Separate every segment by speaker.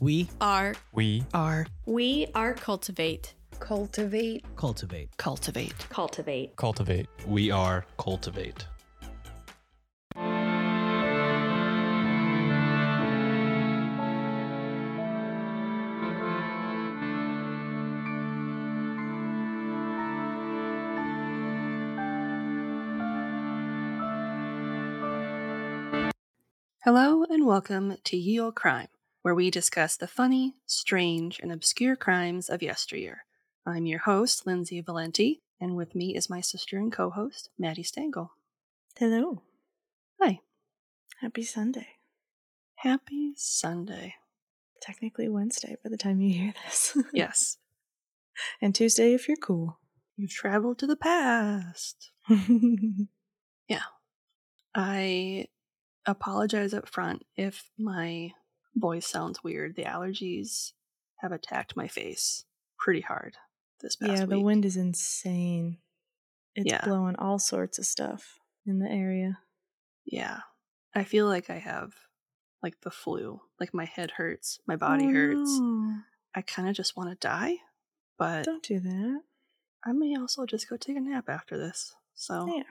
Speaker 1: We
Speaker 2: Are
Speaker 3: We
Speaker 4: are
Speaker 2: we are cultivate.
Speaker 5: Cultivate.
Speaker 1: cultivate.
Speaker 4: cultivate.
Speaker 5: Cultivate.
Speaker 3: cultivate.
Speaker 6: We are cultivate.
Speaker 5: Hello and welcome to Yield Crime, where we discuss the funny, strange, and obscure crimes of yesteryear. I'm your host, Lindsay Valenti, and with me is my sister and co host, Maddie Stangle.
Speaker 4: Hello.
Speaker 5: Hi.
Speaker 4: Happy Sunday.
Speaker 5: Happy Sunday.
Speaker 4: Technically Wednesday by the time you hear this.
Speaker 5: Yes,
Speaker 4: and Tuesday if you're cool.
Speaker 5: you've traveled to the past. I apologize up front if my voice sounds weird. The allergies have attacked my face pretty hard this past
Speaker 4: yeah, the
Speaker 5: week.
Speaker 4: wind is insane. It's
Speaker 5: Yeah.
Speaker 4: blowing all sorts of stuff in the area.
Speaker 5: Yeah. I feel like I have like the flu. Like my head hurts, my body
Speaker 4: Oh,
Speaker 5: hurts.
Speaker 4: no.
Speaker 5: I kind of just want to die, but
Speaker 4: Don't do that.
Speaker 5: I may also just go take a nap after this. So,
Speaker 4: Yeah.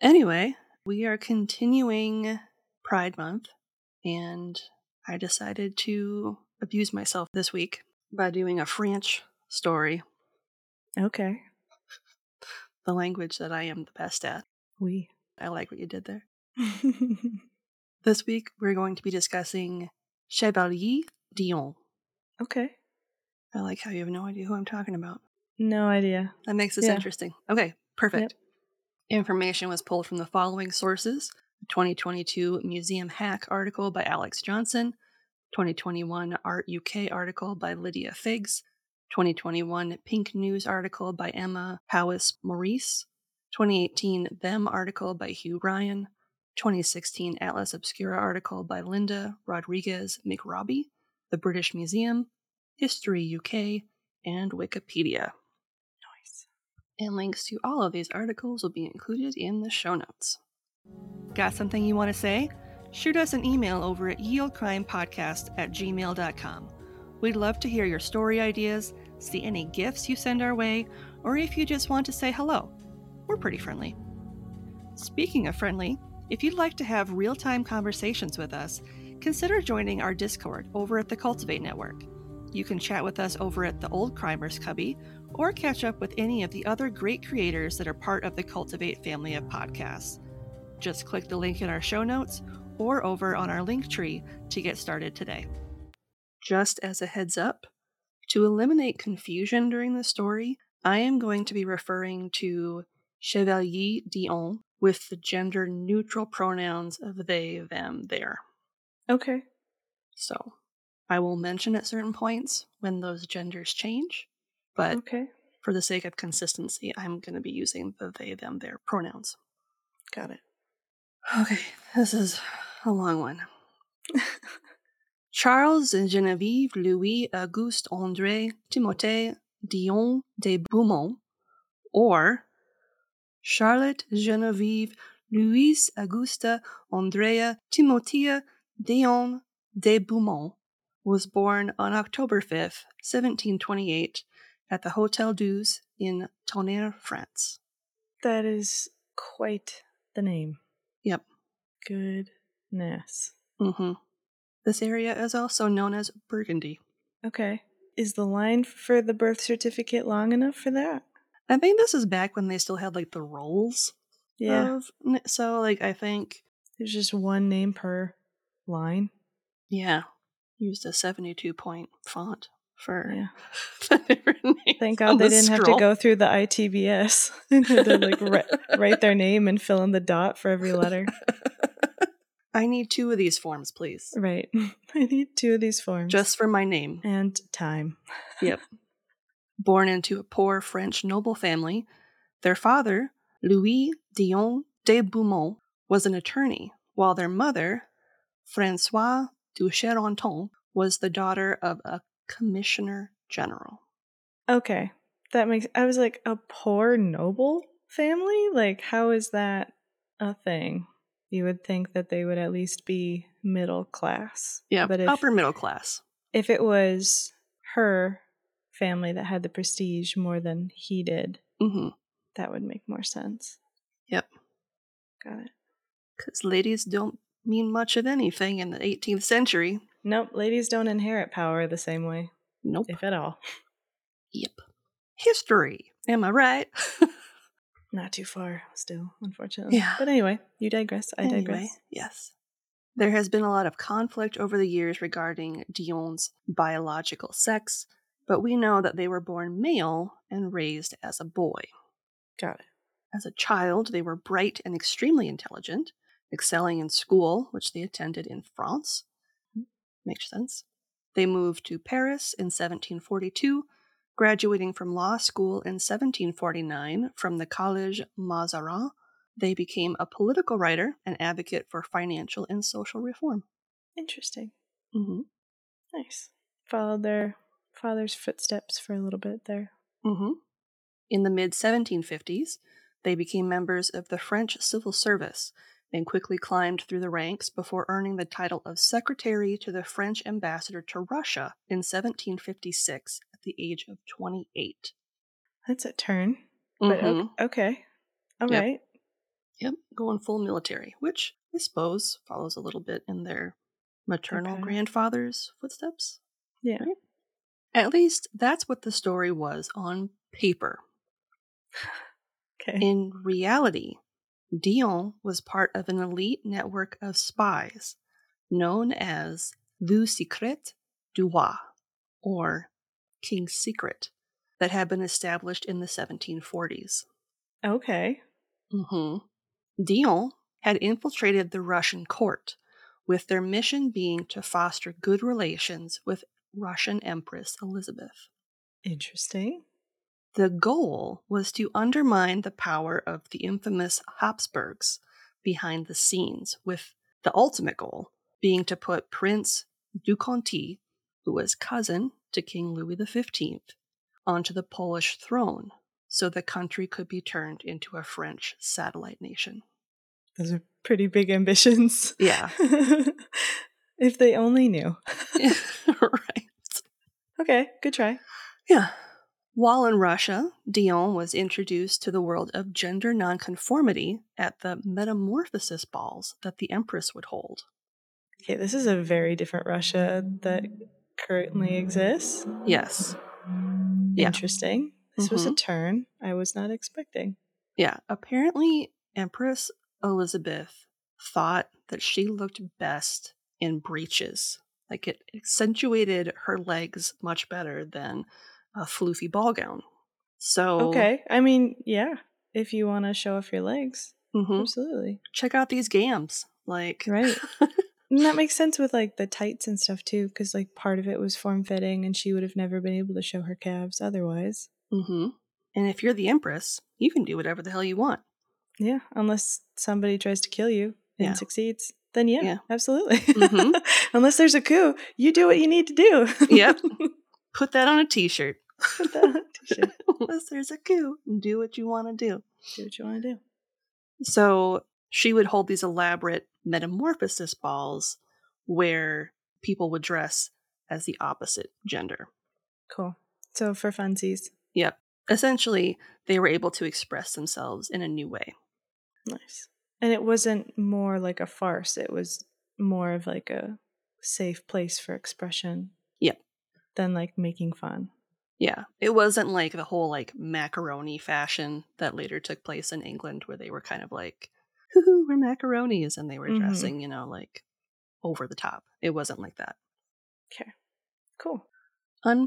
Speaker 5: anyway, we are continuing Pride Month, and I decided to abuse myself this week by doing a French story,
Speaker 4: Okay.
Speaker 5: the language that I am the best at.
Speaker 4: We.
Speaker 5: I like what you did there. This week, we're going to be discussing Chevalier Dion.
Speaker 4: okay.
Speaker 5: I like how you have no idea who I'm talking about.
Speaker 4: No idea.
Speaker 5: That makes this
Speaker 4: Yeah.
Speaker 5: interesting. Okay, perfect. Information was pulled from the following sources the 2022 Museum Hack article by Alex Johnson, 2021 Art UK article by Lydia Figs, 2021 Pink News article by Emma Howis Maurice, 2018 Them article by Hugh Ryan, 2016 Atlas Obscura article by Linda Rodriguez McRobbie, the British Museum, History UK, and Wikipedia
Speaker 4: Nice.
Speaker 5: and links to all of these articles will be included in the show notes. Got something you want to say? Shoot us an email over at yieldcrimepodcast at gmail.com. We'd love to hear your story ideas, see any gifts you send our way, or if you just want to say hello. We're pretty friendly. Speaking of friendly, if you'd like to have real time conversations with us, consider joining our Discord over at the Cultivate Network. You can chat with us over at the Old Crimers Cubby or catch up with any of the other great creators that are part of the Cultivate family of podcasts. Just click the link in our show notes or over on our link tree to get started today. Just as a heads up, to eliminate confusion during the story, I am going to be referring to Chevalier Dion with the gender neutral pronouns of they, them, there.
Speaker 4: Okay.
Speaker 5: So I will mention at certain points when those genders change, but
Speaker 4: Okay.
Speaker 5: for the sake of consistency, I'm going to be using the they, them, their pronouns.
Speaker 4: Got it.
Speaker 5: Okay, this is a long one. Charles Genevieve Louis Auguste André Timothée Dion de Beaumont, or Charlotte Genevieve Louise Augusta Andrea Timothea Dion de Beaumont, was born on October 5th, 1728, at the Hotel Douze in Tonnerre, France.
Speaker 4: That is quite the name.
Speaker 5: Yep.
Speaker 4: Goodness.
Speaker 5: Mm-hmm. This area is also known as Burgundy.
Speaker 4: Okay. Is the line for the birth certificate long enough for that?
Speaker 5: I think this is back when they still had like the rolls of n- so like I think
Speaker 4: There's just one name per line.
Speaker 5: yeah used a seventy two point font for
Speaker 4: Yeah.
Speaker 5: the different names
Speaker 4: Thank
Speaker 5: on
Speaker 4: God they
Speaker 5: the
Speaker 4: didn't have to
Speaker 5: scroll.
Speaker 4: go through the ITBS and had to like ri- write their name and fill in the dot for every letter.
Speaker 5: I need two of these forms, please.
Speaker 4: Right. I need two of these forms.
Speaker 5: Just for my name.
Speaker 4: and time.
Speaker 5: Yep. Born into a poor French noble family, their father, Louis Dion de Beaumont, was an attorney, while their mother, Francoise de Charenton, was the daughter of a commissioner general.
Speaker 4: Okay. That makes I was like a poor noble family? Like how is that a thing? You would think that they would at least be middle class.
Speaker 5: Yeah,
Speaker 4: But if
Speaker 5: upper middle class.
Speaker 4: if it was her family that had the prestige more than he did,
Speaker 5: Mm-hmm.
Speaker 4: that would make more sense.
Speaker 5: Yep.
Speaker 4: Got it.
Speaker 5: Because ladies don't mean much of anything in the 18th century.
Speaker 4: Nope, ladies don't inherit power the same way,
Speaker 5: Nope.
Speaker 4: if at all.
Speaker 5: Yep. History. Am I right?
Speaker 4: Not too far still, unfortunately.
Speaker 5: Yeah.
Speaker 4: But anyway, you digress. I
Speaker 5: Anyway,
Speaker 4: digress.
Speaker 5: Yes. There has been a lot of conflict over the years regarding Dion's biological sex, but we know that they were born male and raised as a boy.
Speaker 4: Got it.
Speaker 5: As a child, they were bright and extremely intelligent, excelling in school, which they attended in France. Hmm, Makes sense. They moved to Paris in 1742, graduating from law school in 1749 from the Collège Mazarin. They became a political writer and advocate for financial and social reform.
Speaker 4: Interesting.
Speaker 5: Mm-hmm.
Speaker 4: Nice. Followed their father's footsteps for a little bit there.
Speaker 5: Mm-hmm. In the mid 1750s, they became members of the French civil service and quickly climbed through the ranks before earning the title of secretary to the French ambassador to Russia in 1756 at the age of 28.
Speaker 4: That's a turn. But o-
Speaker 5: Mhm.
Speaker 4: okay. All right.
Speaker 5: Yep. Yep, going full military, which I suppose follows a little bit in their maternal
Speaker 4: Okay.
Speaker 5: grandfather's footsteps.
Speaker 4: Yeah.
Speaker 5: Right. At least that's what the story was on paper.
Speaker 4: Okay.
Speaker 5: In reality, Dion was part of an elite network of spies known as Le Secret du Roi, or King's Secret, that had been established in the 1740s.
Speaker 4: okay.
Speaker 5: hmm Dion had infiltrated the Russian court, with their mission being to foster good relations with Russian Empress Elizabeth.
Speaker 4: Interesting.
Speaker 5: The goal was to undermine the power of the infamous Habsburgs behind the scenes, with the ultimate goal being to put Prince Du Conti, who was cousin to King Louis XV, onto the Polish throne so the country could be turned into a French satellite nation.
Speaker 4: Those are pretty big ambitions.
Speaker 5: Yeah.
Speaker 4: if they only knew.
Speaker 5: right.
Speaker 4: Okay. Good try.
Speaker 5: Yeah. While in Russia, Dion was introduced to the world of gender nonconformity at the metamorphosis balls that the Empress would hold.
Speaker 4: Okay. This is a very different Russia that currently exists.
Speaker 5: Yes. Yeah.
Speaker 4: Interesting. This was a
Speaker 5: Mhm.
Speaker 4: turn I was not expecting.
Speaker 5: Yeah. Apparently, Empress Elizabeth thought that she looked best in breeches. Like it accentuated her legs much better than a floofy ball gown. So,
Speaker 4: Okay. I mean, yeah. If you want to show off your legs,
Speaker 5: mhm.
Speaker 4: absolutely.
Speaker 5: check out these gams. Like,
Speaker 4: Right. And that makes sense with like the tights and stuff too, because like part of it was form fitting and she would have never been able to show her calves otherwise. Mm-hmm.
Speaker 5: hmm And if you're the Empress, you can do whatever the hell you want.
Speaker 4: Yeah. Unless somebody tries to kill you and
Speaker 5: Yeah.
Speaker 4: succeeds, then yeah,
Speaker 5: Yeah.
Speaker 4: absolutely.
Speaker 5: Mhm.
Speaker 4: Unless there's a coup, you do what you need to do.
Speaker 5: Yep. Put that on a t shirt.
Speaker 4: Put that on a t-shirt.
Speaker 5: Unless there's a coup, do what you want to do.
Speaker 4: do what you want to do.
Speaker 5: So she would hold these elaborate metamorphosis balls where people would dress as the opposite gender.
Speaker 4: Cool. So for funsies,
Speaker 5: Yep. Essentially, they were able to express themselves in a new way.
Speaker 4: nice. And it wasn't more like a farce. It was more of like a safe place for expression.
Speaker 5: Yep.
Speaker 4: Than like making fun.
Speaker 5: Yeah. It wasn't like the whole like macaroni fashion that later took place in England where they were kind of like, hoo we're macaronis and they were
Speaker 4: Mhm.
Speaker 5: dressing, you know, like over the top. It wasn't like that.
Speaker 4: Okay. Cool.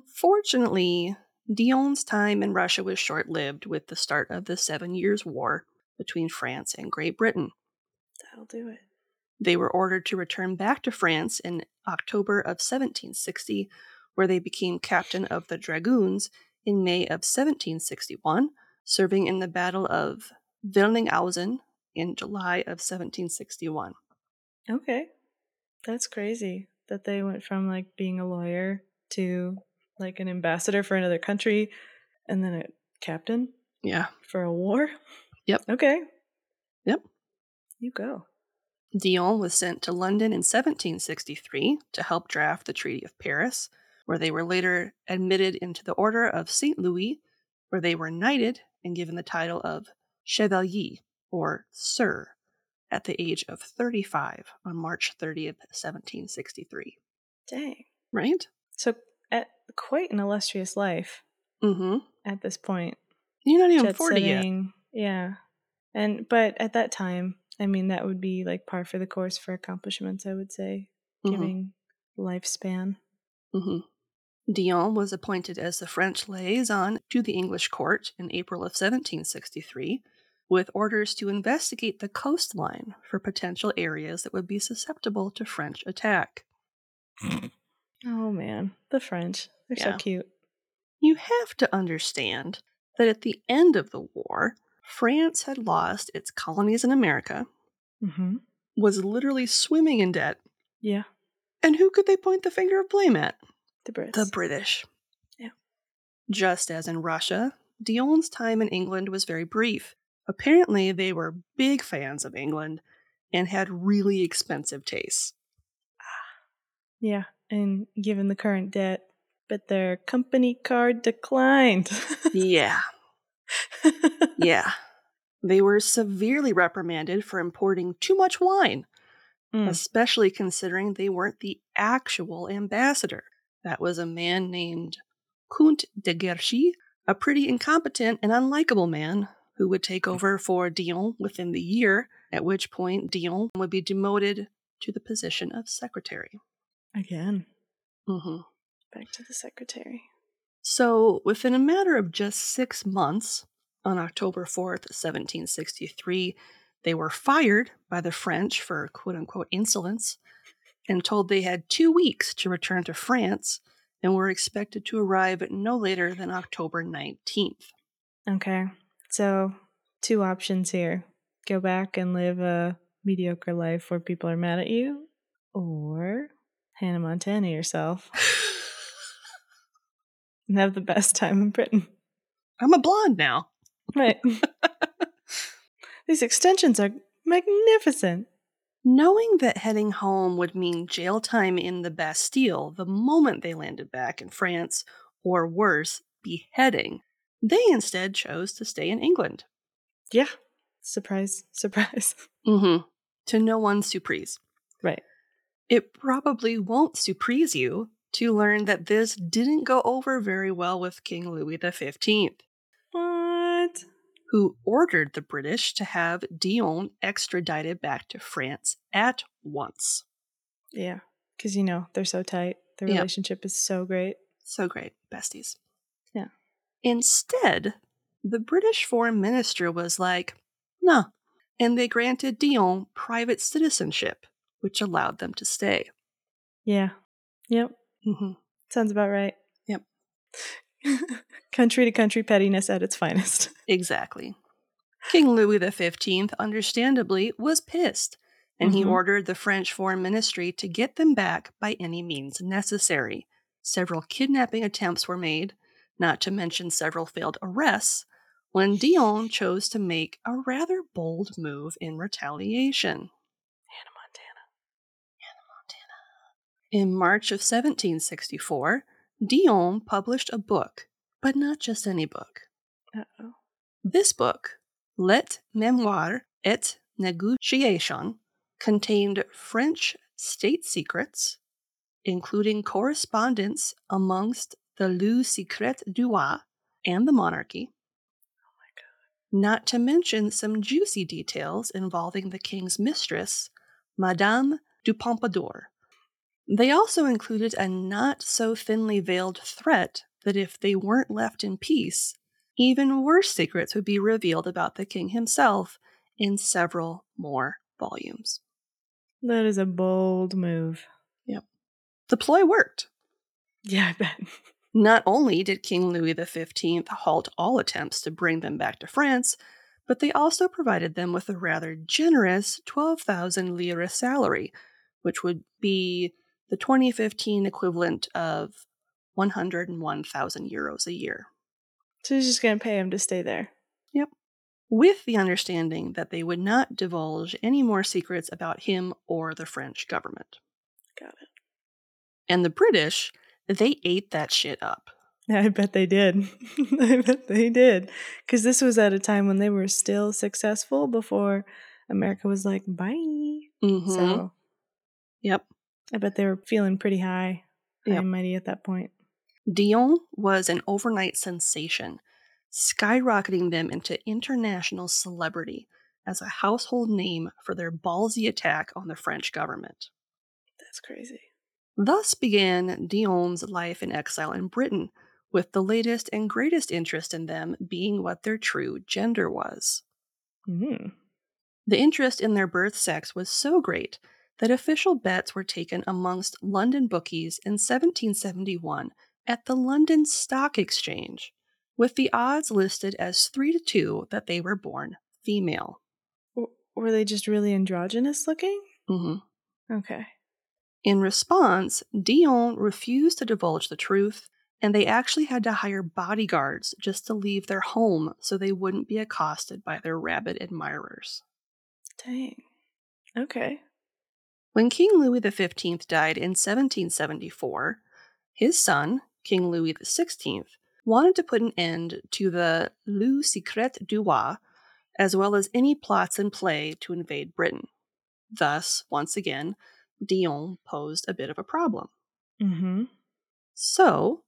Speaker 5: Unfortunately, Dion's time in Russia was short lived with the start of the Seven Years' War between France and Great Britain.
Speaker 4: That'll do it.
Speaker 5: They were ordered to return back to France in October of 1760, where they became captain of the dragoons in May of 1761, serving in the Battle of Vilninghausen in July of 1761.
Speaker 4: Okay. That's crazy that they went from like being a lawyer to like an ambassador for another country and then a captain
Speaker 5: Yeah.
Speaker 4: for a war.
Speaker 5: Yep.
Speaker 4: Okay.
Speaker 5: Yep.
Speaker 4: You go.
Speaker 5: Dion was sent to London in 1763 to help draft the Treaty of Paris, where they were later admitted into the Order of St. Louis, where they were knighted and given the title of Chevalier, or Sir, at the age of 35 on March 30th, 1763.
Speaker 4: Dang.
Speaker 5: Right?
Speaker 4: So at quite an illustrious life
Speaker 5: Mm hmm.
Speaker 4: at this point.
Speaker 5: You're not even
Speaker 4: Jet
Speaker 5: 40 yet.
Speaker 4: setting. Yeah. And but at that time, I mean that would be like par for the course for accomplishments, I would say,
Speaker 5: Mm-hmm.
Speaker 4: giving lifespan.
Speaker 5: hmm Dion was appointed as the French liaison to the English court in April of 1763, with orders to investigate the coastline for potential areas that would be susceptible to French attack.
Speaker 4: Oh man, the French. They're
Speaker 5: Yeah.
Speaker 4: so cute.
Speaker 5: You have to understand that at the end of the war, France had lost its colonies in America,
Speaker 4: Mhm.
Speaker 5: was literally swimming in debt,
Speaker 4: Yeah,
Speaker 5: and who could they point the finger of blame at?
Speaker 4: the Brits.
Speaker 5: The British.
Speaker 4: Yeah.
Speaker 5: Just as in Russia, Dion's time in England was very brief. Apparently, they were big fans of England and had really expensive tastes.
Speaker 4: yeah, and given the current debt, but their company card declined.
Speaker 5: yeah, yeah. They were severely reprimanded for importing too much wine, Hmm.
Speaker 4: Mm.
Speaker 5: especially considering they weren't the actual ambassador. That was a man named Count de Guerchy, a pretty incompetent and unlikable man who would take over for Dion within the year, at which point Dion would be demoted to the position of secretary.
Speaker 4: Again,
Speaker 5: hmm
Speaker 4: back to the secretary.
Speaker 5: So, within a matter of just six months, on October 4th, 1763, they were fired by the French for quote unquote insolence and told they had two weeks to return to France and were expected to arrive no later than October 19th.
Speaker 4: Okay, so two options here: go back and live a mediocre life where people are mad at you, or Hannah Montana yourself and have the best time in Britain.
Speaker 5: I'm a blonde now.
Speaker 4: Right. These extensions are magnificent.
Speaker 5: Knowing that heading home would mean jail time in the Bastille the moment they landed back in France, or worse, beheading, they instead chose to stay in England.
Speaker 4: Yeah. Surprise, surprise.
Speaker 5: Mm-hmm. To no one's surprise.
Speaker 4: Right.
Speaker 5: It probably won't surprise you to learn that this didn't go over very well with King Louis XV,
Speaker 4: What?
Speaker 5: who ordered the British to have Dion extradited back to France at once.
Speaker 4: Yeah. Because, you know, they're so tight. The
Speaker 5: Yeah.
Speaker 4: relationship is so great.
Speaker 5: So great, besties.
Speaker 4: Yeah.
Speaker 5: Instead, the British foreign minister was like, nah. And they granted Dion private citizenship, which allowed them to stay.
Speaker 4: Yeah. Yep.
Speaker 5: Mm-hmm.
Speaker 4: Sounds about right.
Speaker 5: Yep.
Speaker 4: country to country pettiness at its finest.
Speaker 5: Exactly. King Louis XV, understandably, was pissed, and he
Speaker 4: Mhm.
Speaker 5: ordered the French Foreign Ministry to get them back by any means necessary. Several kidnapping attempts were made, not to mention several failed arrests, when Dion chose to make a rather bold move in retaliation.
Speaker 4: Hannah Montana.
Speaker 5: In March of 1764, Dion published a book, but not just any book.
Speaker 4: Uh oh.
Speaker 5: This book, Let Memoire et Negotiation, contained French state secrets, including correspondence amongst the Lieu Secret du Roi and the monarchy. Not to mention some juicy details involving the king's mistress, Madame du Pompadour. They also included a not so thinly veiled threat that if they weren't left in peace, even worse secrets would be revealed about the king himself in several more volumes.
Speaker 4: That is a bold move.
Speaker 5: The ploy worked.
Speaker 4: Yeah, I bet.
Speaker 5: Not only did King Louis XV halt all attempts to bring them back to France, but they also provided them with a rather generous 12,000 lira salary, which would be the 2015 equivalent of 101,000 euros a year,
Speaker 4: So he's just going to pay him to stay there.
Speaker 5: with the understanding that they would not divulge any more secrets about him or the French government.
Speaker 4: Got it.
Speaker 5: And the British, they ate that shit up.
Speaker 4: Yeah, I bet they did. I bet they did. Because this was at a time when they were still successful before America was like, bye. Mm-hmm.
Speaker 5: Mhm.
Speaker 4: So
Speaker 5: Yep.
Speaker 4: I bet they were feeling pretty high, high
Speaker 5: Yep.
Speaker 4: and mighty at that point.
Speaker 5: Dion was an overnight sensation, skyrocketing them into international celebrity as a household name for their ballsy attack on the French government.
Speaker 4: That's crazy.
Speaker 5: Thus began Dion's life in exile in Britain, with the latest and greatest interest in them being what their true gender was.
Speaker 4: Mm.
Speaker 5: The interest in their birth sex was so great that official bets were taken amongst London bookies in 1771 at the London Stock Exchange, with the odds listed as 3 to 2 that they were born female.
Speaker 4: W- were they just really androgynous looking?
Speaker 5: Mhm.
Speaker 4: Okay.
Speaker 5: In response, Dion refused to divulge the truth, and they actually had to hire bodyguards just to leave their home so they wouldn't be accosted by their rabid admirers.
Speaker 4: Dang. Okay.
Speaker 5: When King Louis XV died in 1774, his son, King Louis XVI, wanted to put an end to the Le Secret du Roi, as well as any plots in play to invade Britain. Thus, once again, Dion posed a bit of a problem.
Speaker 4: Mm-hmm.
Speaker 5: So,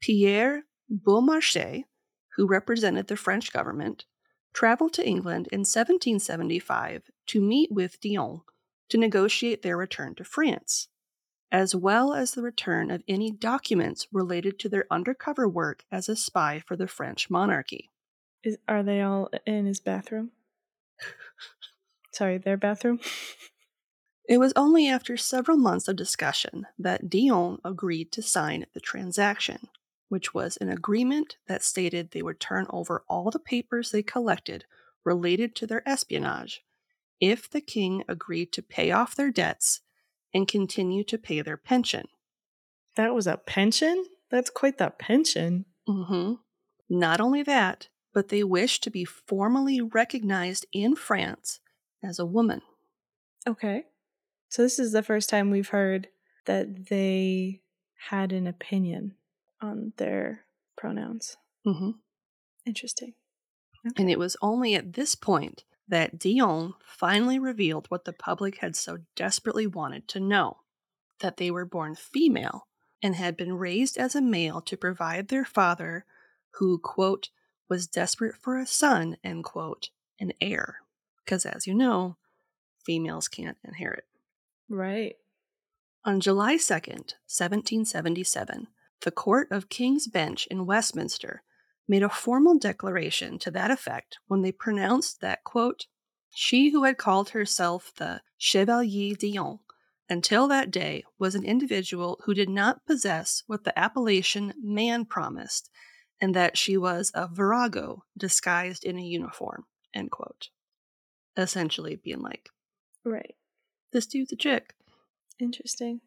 Speaker 5: Pierre Beaumarchais, who represented the French government, traveled to England in 1775 to meet with Dion to negotiate their return to France, as well as the return of any documents related to their undercover work as a spy for the French monarchy.
Speaker 4: Is, are they all in his bathroom? Sorry, their bathroom?
Speaker 5: It was only after several months of discussion that Dion agreed to sign the transaction, which was an agreement that stated they would turn over all the papers they collected related to their espionage if the king agreed to pay off their debts and continue to pay their pension.
Speaker 4: that was a pension? That's quite the pension.
Speaker 5: hmm Not only that, but they wished to be formally recognized in France as a woman.
Speaker 4: Okay. So this is the first time we've heard that they had an opinion on their pronouns.
Speaker 5: Mm-hmm.
Speaker 4: Interesting.
Speaker 5: And it was only at this point that Dion finally revealed what the public had so desperately wanted to know that they were born female and had been raised as a male to provide their father, who, quote, was desperate for a son, end quote, an heir. Because as you know, females can't inherit.
Speaker 4: Right.
Speaker 5: On July 2nd, 1777, the Court of King's Bench in Westminster made a formal declaration to that effect when they pronounced that, quote, she who had called herself the Chevalier Dion until that day was an individual who did not possess what the appellation man promised, and that she was a virago disguised in a uniform, end quote. Essentially being like,
Speaker 4: Right.
Speaker 5: this dude's a chick.
Speaker 4: Interesting.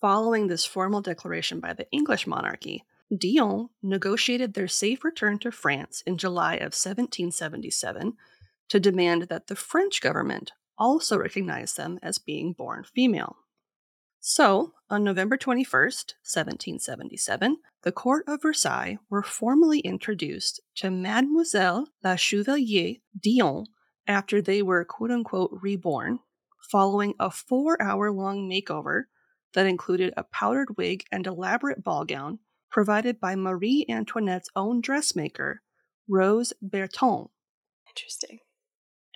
Speaker 5: Following this formal declaration by the English monarchy, Dion negotiated their safe return to France in July of 1777 to demand that the French government also recognize them as being born female. So, on November 21st, 1777, the court of Versailles were formally introduced to Mademoiselle la Chevalier Dion after they were quote unquote reborn, following a four hour long makeover that included a powdered wig and elaborate ball gown provided by Marie Antoinette's own dressmaker, Rose Berton.
Speaker 4: Interesting.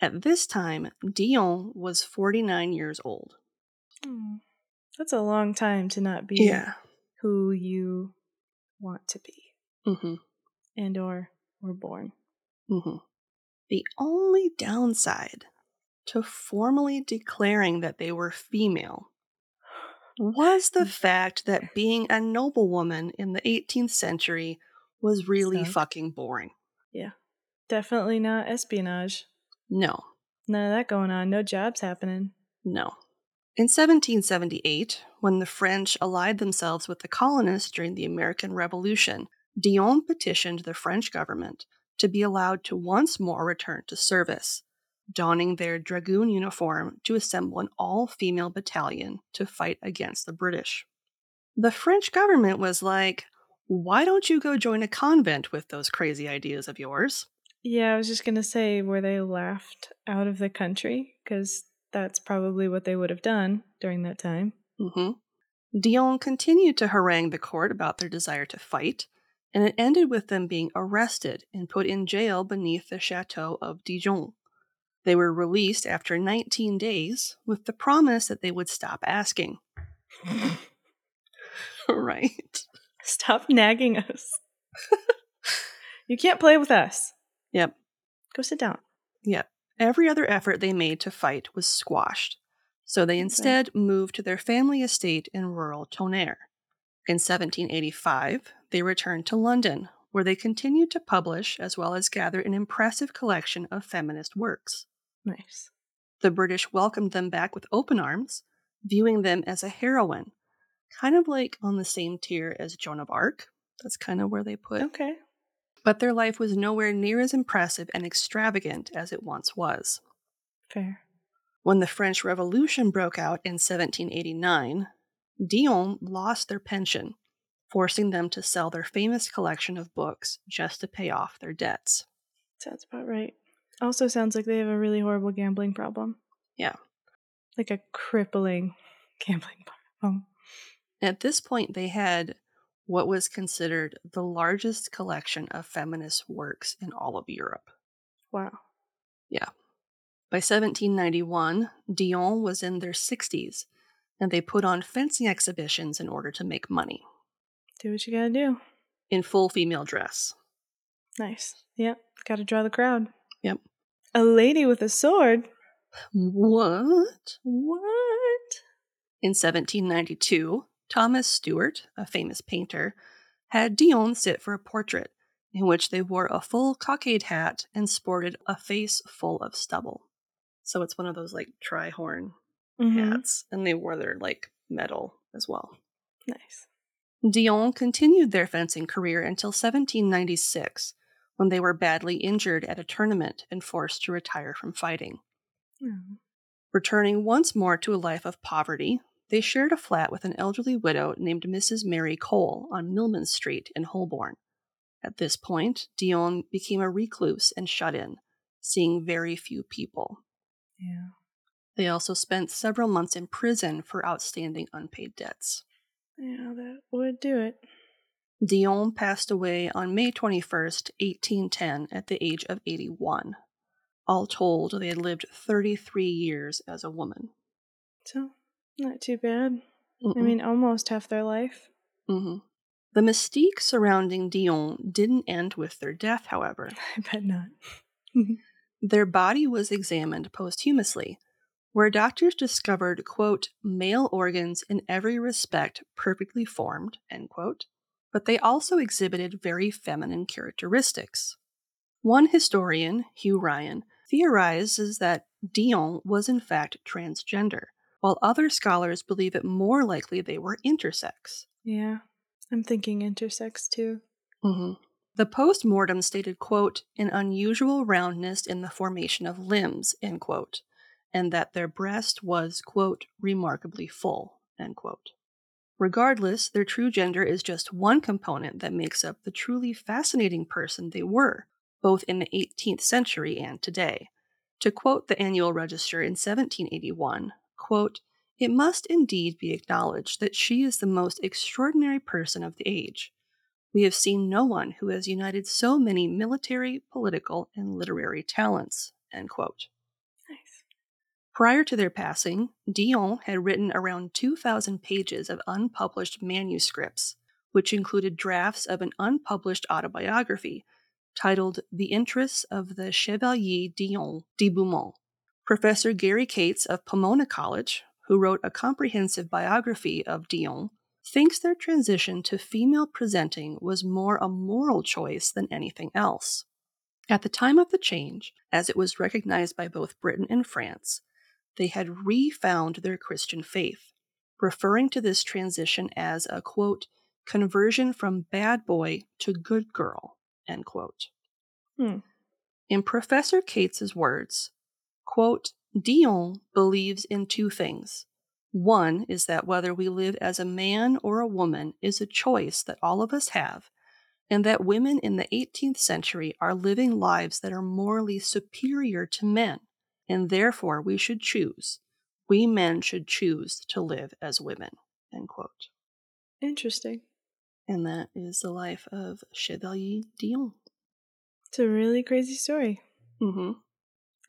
Speaker 5: At this time, Dion was 49 years old.
Speaker 4: Mm. That's a long time to not be who you want to be
Speaker 5: Mm-hmm.
Speaker 4: and or were born.
Speaker 5: Mm-hmm. The only downside to formally declaring that they were female was the fact that being a noblewoman in the 18th century was really
Speaker 4: Sucked.
Speaker 5: fucking boring.
Speaker 4: Definitely not espionage.
Speaker 5: No,
Speaker 4: None of that going on. No jobs happening.
Speaker 5: no. In 1778, when the French allied themselves with the colonists during the American Revolution, Dion petitioned the French government to be allowed to once more return to service, donning their dragoon uniform to assemble an all female battalion to fight against the British. The French government was like, why don't you go join a convent with those crazy ideas of yours?
Speaker 4: Yeah, I was just gonna say, were they laughed out of the country? Because that's probably what they would have done during that time.
Speaker 5: hmm Dion continued to harangue the court about their desire to fight, and it ended with them being arrested and put in jail beneath the chateau of Dijon. They were released after 19 days with the promise that they would stop asking. right.
Speaker 4: Stop nagging us. you can't play with us.
Speaker 5: Yep.
Speaker 4: Go sit down.
Speaker 5: Every other effort they made to fight was squashed, so they instead moved to their family estate in rural Tonnerre. In 1785, they returned to London, where they continued to publish as well as gather an impressive collection of feminist works.
Speaker 4: Nice.
Speaker 5: The British welcomed them back with open arms, viewing them as a heroine, kind of like on the same tier as Joan of Arc. That's kind of where they put
Speaker 4: Okay.
Speaker 5: but their life was nowhere near as impressive and extravagant as it once was.
Speaker 4: Fair.
Speaker 5: When the French Revolution broke out in 1789, Dion lost their pension, forcing them to sell their famous collection of books just to pay off their debts.
Speaker 4: Sounds about right. Also, sounds like they have a really horrible gambling problem.
Speaker 5: Yeah.
Speaker 4: Like a crippling gambling problem.
Speaker 5: At this point, they had what was considered the largest collection of feminist works in all of Europe.
Speaker 4: Wow.
Speaker 5: By 1791, Dion was in their 60s, and they put on fencing exhibitions in order to make money
Speaker 4: Do what you gotta do.
Speaker 5: in full female dress.
Speaker 4: Nice. Yep. Gotta draw the crowd.
Speaker 5: Yep.
Speaker 4: A lady with a sword?
Speaker 5: What?
Speaker 4: What?
Speaker 5: In 1792, Thomas Stewart, a famous painter, had Dion sit for a portrait in which they wore a full cockade hat and sported a face full of stubble. So it's one of those like trihorn
Speaker 4: Mhm.
Speaker 5: hats, and they wore their like medal as well.
Speaker 4: Nice.
Speaker 5: Dion continued their fencing career until 1796, when they were badly injured at a tournament and forced to retire from fighting.
Speaker 4: Hmm.
Speaker 5: Returning once more to a life of poverty, they shared a flat with an elderly widow named Mrs. Mary Cole on Millman Street in Holborn. At this point, Dion became a recluse and shut in, seeing very few people.
Speaker 4: Yeah.
Speaker 5: They also spent several months in prison for outstanding unpaid debts.
Speaker 4: Yeah, that would do it.
Speaker 5: Dion passed away on May 21st, 1810, at the age of 81. All told, they had lived 33 years as a woman.
Speaker 4: So, not too bad. I
Speaker 5: Mm-mm.
Speaker 4: mean, almost half their life.
Speaker 5: hmm The mystique surrounding Dion didn't end with their death, however.
Speaker 4: I bet not.
Speaker 5: Their body was examined posthumously, where doctors discovered, quote, male organs in every respect perfectly formed, end quote, but they also exhibited very feminine characteristics. One historian, Hugh Ryan, theorizes that Dion was in fact transgender, while other scholars believe it more likely they were intersex.
Speaker 4: Yeah. I'm thinking intersex too.
Speaker 5: Mm-hmm. The post-mortem stated, quote, an unusual roundness in the formation of limbs, end quote, and that their breast was, quote, remarkably full, end quote. Regardless, their true gender is just one component that makes up the truly fascinating person they were, both in the 18th century and today. To quote the annual register in 1781, quote, it must indeed be acknowledged that she is the most extraordinary person of the age. We have seen no one who has united so many military, political, and literary talents. End quote.
Speaker 4: Nice.
Speaker 5: Prior to their passing, Dion had written around 2,000 pages of unpublished manuscripts, which included drafts of an unpublished autobiography titled The Interests of the Chevalier Dion de Beaumont, Professor Gary Cates of Pomona College, who wrote a comprehensive biography of Dion, thinks their transition to female presenting was more a moral choice than anything else. At the time of the change, as it was recognized by both Britain and France, they had refound their Christian faith, referring to this transition as a quote, conversion from bad boy to good girl, end quote.
Speaker 4: Hmm.
Speaker 5: In Professor Cates's words, quote, Dion believes in two things. One is that whether we live as a man or a woman is a choice that all of us have, and that women in the 18th century are living lives that are morally superior to men, and therefore we should choose. We men should choose to live as women. End quote.
Speaker 4: Interesting.
Speaker 5: And that is the life of Chevalier Dion.
Speaker 4: It's a really crazy story.
Speaker 5: Mm-hmm.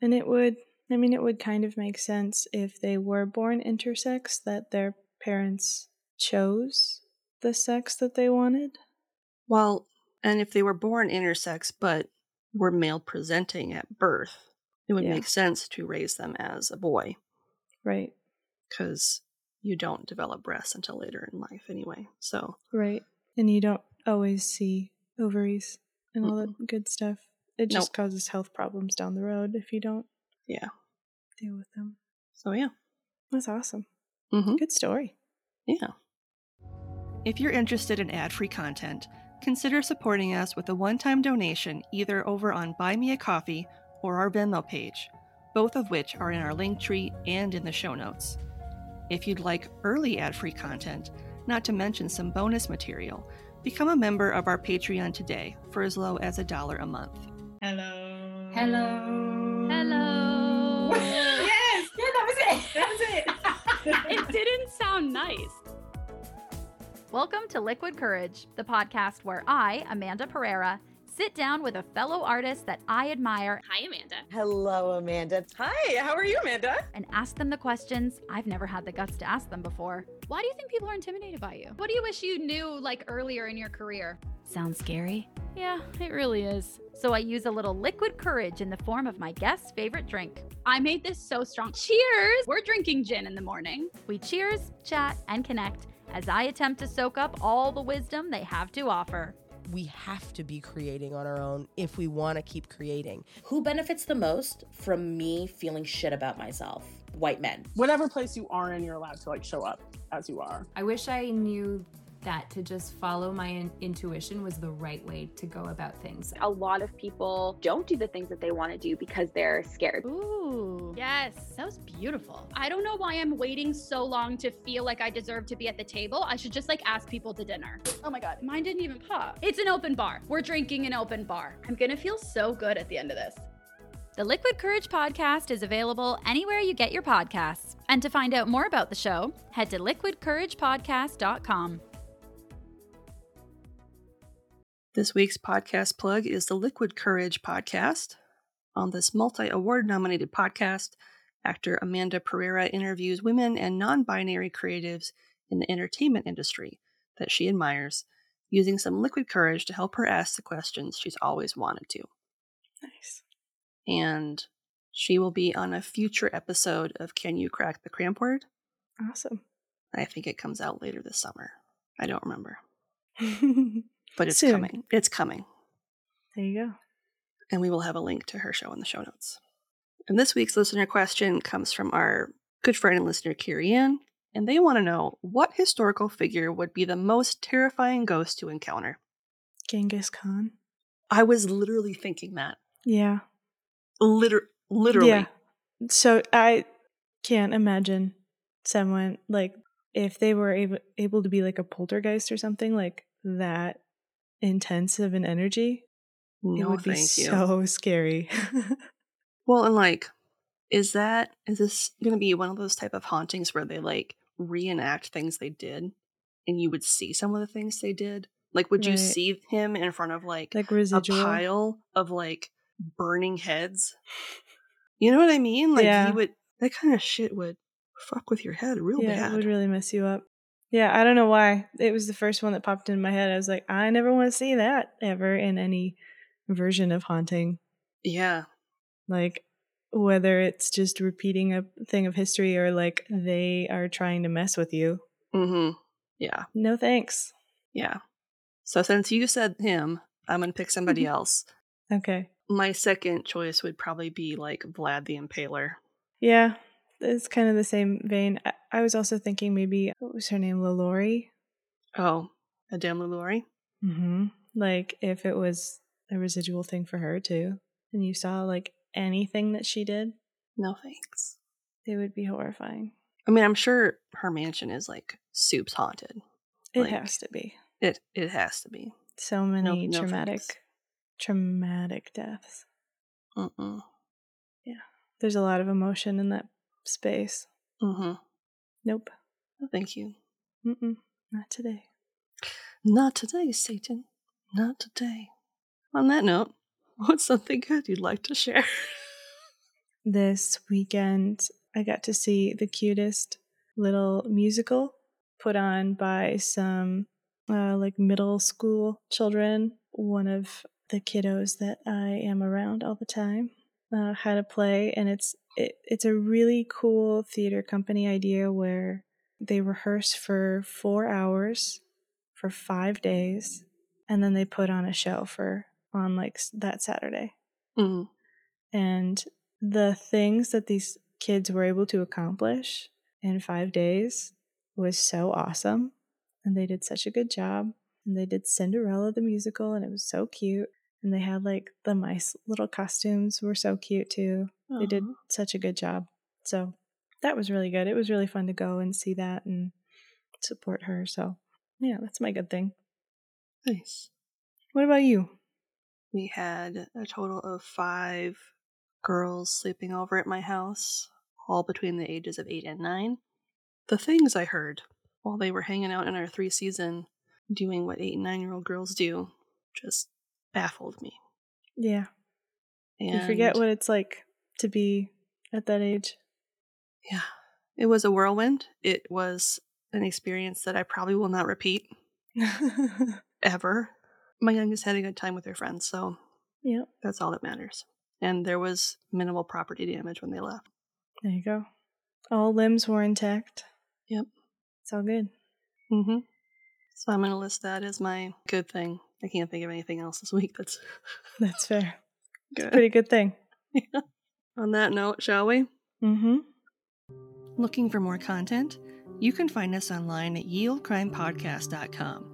Speaker 4: And it would, I mean, it would kind of make sense if they were born intersex that their parents chose the sex that they wanted.
Speaker 5: Well, and if they were born intersex but were male presenting at birth, it would
Speaker 4: Yeah.
Speaker 5: make sense to raise them as a boy
Speaker 4: Right,
Speaker 5: because you don't develop breasts until later in life anyway. So,
Speaker 4: right. And you don't always see ovaries and all that good stuff. It just
Speaker 5: Nope.
Speaker 4: causes health problems down the road if you don't
Speaker 5: yeah.
Speaker 4: deal with them.
Speaker 5: So, yeah.
Speaker 4: That's awesome.
Speaker 5: Mm-hmm.
Speaker 4: Good story.
Speaker 5: Yeah. If you're interested in ad free content, consider supporting us with a one time donation either over on Buy Me a Coffee or our Venmo page, both of which are in our link tree and in the show notes. If you'd like early ad free content, not to mention some bonus material, become a member of our Patreon today for as low as a dollar a month.
Speaker 1: Hello.
Speaker 3: Hello.
Speaker 2: Hello.
Speaker 3: yes. Yeah, that was it. That was it.
Speaker 2: It didn't sound nice.
Speaker 7: Welcome to Liquid Courage, the podcast where I, Amanda Pereira, sit down with a fellow artist that I admire
Speaker 2: Hi, Amanda.
Speaker 3: Hello, Amanda.
Speaker 1: Hi, how are you, Amanda?
Speaker 7: and ask them the questions I've never had the guts to ask them before.
Speaker 2: Why do you think people are intimidated by you? What do you wish you knew like earlier in your career?
Speaker 7: Sounds scary? Yeah, it really is. So I use a little liquid courage in the form of my guest's favorite drink.
Speaker 2: I made this so strong. Cheers. We're drinking gin in the morning.
Speaker 7: We cheers, chat, and connect as I attempt to soak up all the wisdom they have to offer.
Speaker 8: we have to be creating on our own if we want to keep creating.
Speaker 9: Who benefits the most from me feeling shit about myself? White men.
Speaker 10: whatever place you are in, you're allowed to like show up as you are.
Speaker 11: I wish I knew that to just follow my in- intuition was the right way to go about things.
Speaker 12: A lot of people don't do the things that they want to do because they're scared.
Speaker 7: Ooh.
Speaker 2: Yes.
Speaker 7: That was beautiful.
Speaker 2: I don't know why I'm waiting so long to feel like I deserve to be at the table. I should just like ask people to dinner.
Speaker 10: Oh my god.
Speaker 2: Mine didn't even pop. It's an open bar. We're drinking an open bar. I'm going to feel so good at the end of this.
Speaker 7: The Liquid Courage podcast is available anywhere you get your podcasts. And to find out more about the show, head to liquidcouragepodcast.com.
Speaker 5: This week's podcast plug is the Liquid Courage podcast. On this multi award nominated podcast, actor Amanda Pereira interviews women and non binary creatives in the entertainment industry that she admires, using some liquid courage to help her ask the questions she's always wanted to.
Speaker 4: Nice.
Speaker 5: And she will be on a future episode of Can You Crack the Cramp Word?
Speaker 4: Awesome.
Speaker 5: I think it comes out later this summer. I don't remember,
Speaker 4: there
Speaker 5: but it's
Speaker 4: Soon.
Speaker 5: coming. It's coming.
Speaker 4: you go.
Speaker 5: and we will have a link to her show in the show notes. And this week's listener question comes from our good friend and listener, Carrie Ann, and they want to know what historical figure would be the most terrifying ghost to encounter.
Speaker 4: Genghis Khan.
Speaker 5: I was literally thinking that.
Speaker 4: Yeah.
Speaker 5: Liter- literally.
Speaker 4: Yeah. So I can't imagine someone like if they were able, able to be like a poltergeist or something like that intense of an energy,
Speaker 5: No,
Speaker 4: it would be
Speaker 5: thank you.
Speaker 4: so scary.
Speaker 5: Well, and like, is that, is this going to be one of those type of hauntings where they like reenact things they did and you would see some of the things they did? Like, would you
Speaker 4: Right.
Speaker 5: see him in front of like
Speaker 4: like
Speaker 5: a
Speaker 4: residual.
Speaker 5: pile of like burning heads. You know what I mean? Like
Speaker 4: Yeah.
Speaker 5: you would that kind of shit would fuck with your head real
Speaker 4: yeah, it
Speaker 5: bad.
Speaker 4: would really mess you up. Yeah, I don't know why. It was the first one that popped in my head. I was like, I never want to see that ever in any version of haunting.
Speaker 5: yeah.
Speaker 4: Like whether it's just repeating a thing of history or like they are trying to mess with you.
Speaker 5: Mm-hmm. Yeah.
Speaker 4: No thanks.
Speaker 5: Yeah. So since you said him, I'm gonna pick somebody
Speaker 4: Mm-hmm.
Speaker 5: else.
Speaker 4: Okay.
Speaker 5: My second choice would probably be like Vlad the Impaler.
Speaker 4: Yeah, it's kind of the same vein. I, I was also thinking maybe what was her name, Lalori?
Speaker 5: Oh, Madame Lalori.
Speaker 4: Mm-hmm. Like if it was a residual thing for her too, and you saw like anything that she did,
Speaker 5: No thanks.
Speaker 4: it would be horrifying.
Speaker 5: I mean, I'm sure her mansion is like soups haunted.
Speaker 4: It
Speaker 5: Like,
Speaker 4: has to be.
Speaker 5: It it has to be.
Speaker 4: So many
Speaker 5: no
Speaker 4: traumatic,
Speaker 5: thanks.
Speaker 4: traumatic deaths.
Speaker 5: Mm-mm.
Speaker 4: There's a lot of emotion in that space.
Speaker 5: Mm-hmm.
Speaker 4: Nope.
Speaker 5: No, thank you.
Speaker 4: Mm-mm. Not today.
Speaker 5: Not today, Satan. Not today. On that note, what's something good you'd like to share?
Speaker 4: This weekend, I got to see the cutest little musical put on by some uh, like middle school children. One of the kiddos that I am around all the time uh, had a play, and it's it, it's a really cool theater company idea where they rehearse for four hours for five days, and then they put on a show for on like s- that Saturday
Speaker 5: Mm.
Speaker 4: and the things that these kids were able to accomplish in five days was so awesome and they did such a good job and they did cinderella the musical and it was so cute and they had like the mice little costumes were so cute too they did
Speaker 5: Aw.
Speaker 4: such a good job so that was really good it was really fun to go and see that and support her so yeah that's my good thing
Speaker 5: Nice.
Speaker 4: what about you
Speaker 5: We had a total of five girls sleeping over at my house, all between the ages of eight and nine. The things I heard while they were hanging out in our three season doing what eight and nine year old girls do just baffled me.
Speaker 4: yeah
Speaker 5: And
Speaker 4: you forget what it's like to be at that age
Speaker 5: Yeah. It was a whirlwind. It was an experience that I probably will not repeat ever. My youngest had a good time with her friends, so
Speaker 4: yep
Speaker 5: that's all that matters. And there was minimal property damage when they left.
Speaker 4: There you go. All limbs were intact.
Speaker 5: Yep.
Speaker 4: It's all good.
Speaker 5: Mm-hmm. So I'm going to list that as my good thing. I can't think of anything else this week that's
Speaker 4: That's fair.
Speaker 5: good.
Speaker 4: Pretty good thing.
Speaker 5: On that note, shall we?
Speaker 4: Mm-hmm.
Speaker 5: Looking for more content? You can find us online at yieldcrimepodcast.com.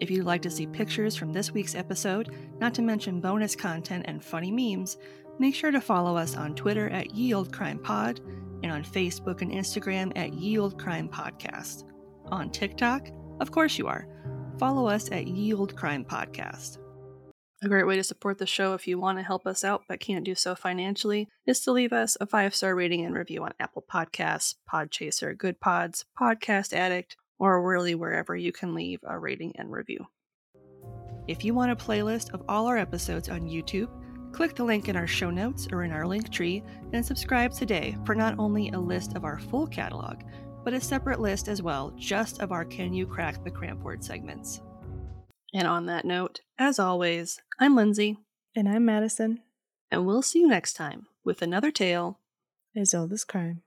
Speaker 5: If you'd like to see pictures from this week's episode, not to mention bonus content and funny memes, make sure to follow us on Twitter at yieldcrimepod and on Facebook and Instagram at yieldcrimepodcast. On TikTok, of course you are. Follow us at Yield Crime Podcast. A great way to support the show if you want to help us out but can't do so financially is to leave us a five star rating and review on Apple Podcasts, Podchaser, Good Pods, Podcast Addict, or really wherever you can leave a rating and review. If you want a playlist of all our episodes on YouTube, click the link in our show notes or in our link tree and subscribe today for not only a list of our full catalog, but a separate list as well just of our Can You Crack the Cramp Word segments. And on that note, as always, I'm Lindsay,
Speaker 4: And I'm Madison.
Speaker 5: and we'll see you next time with another tale
Speaker 4: Is all this crime.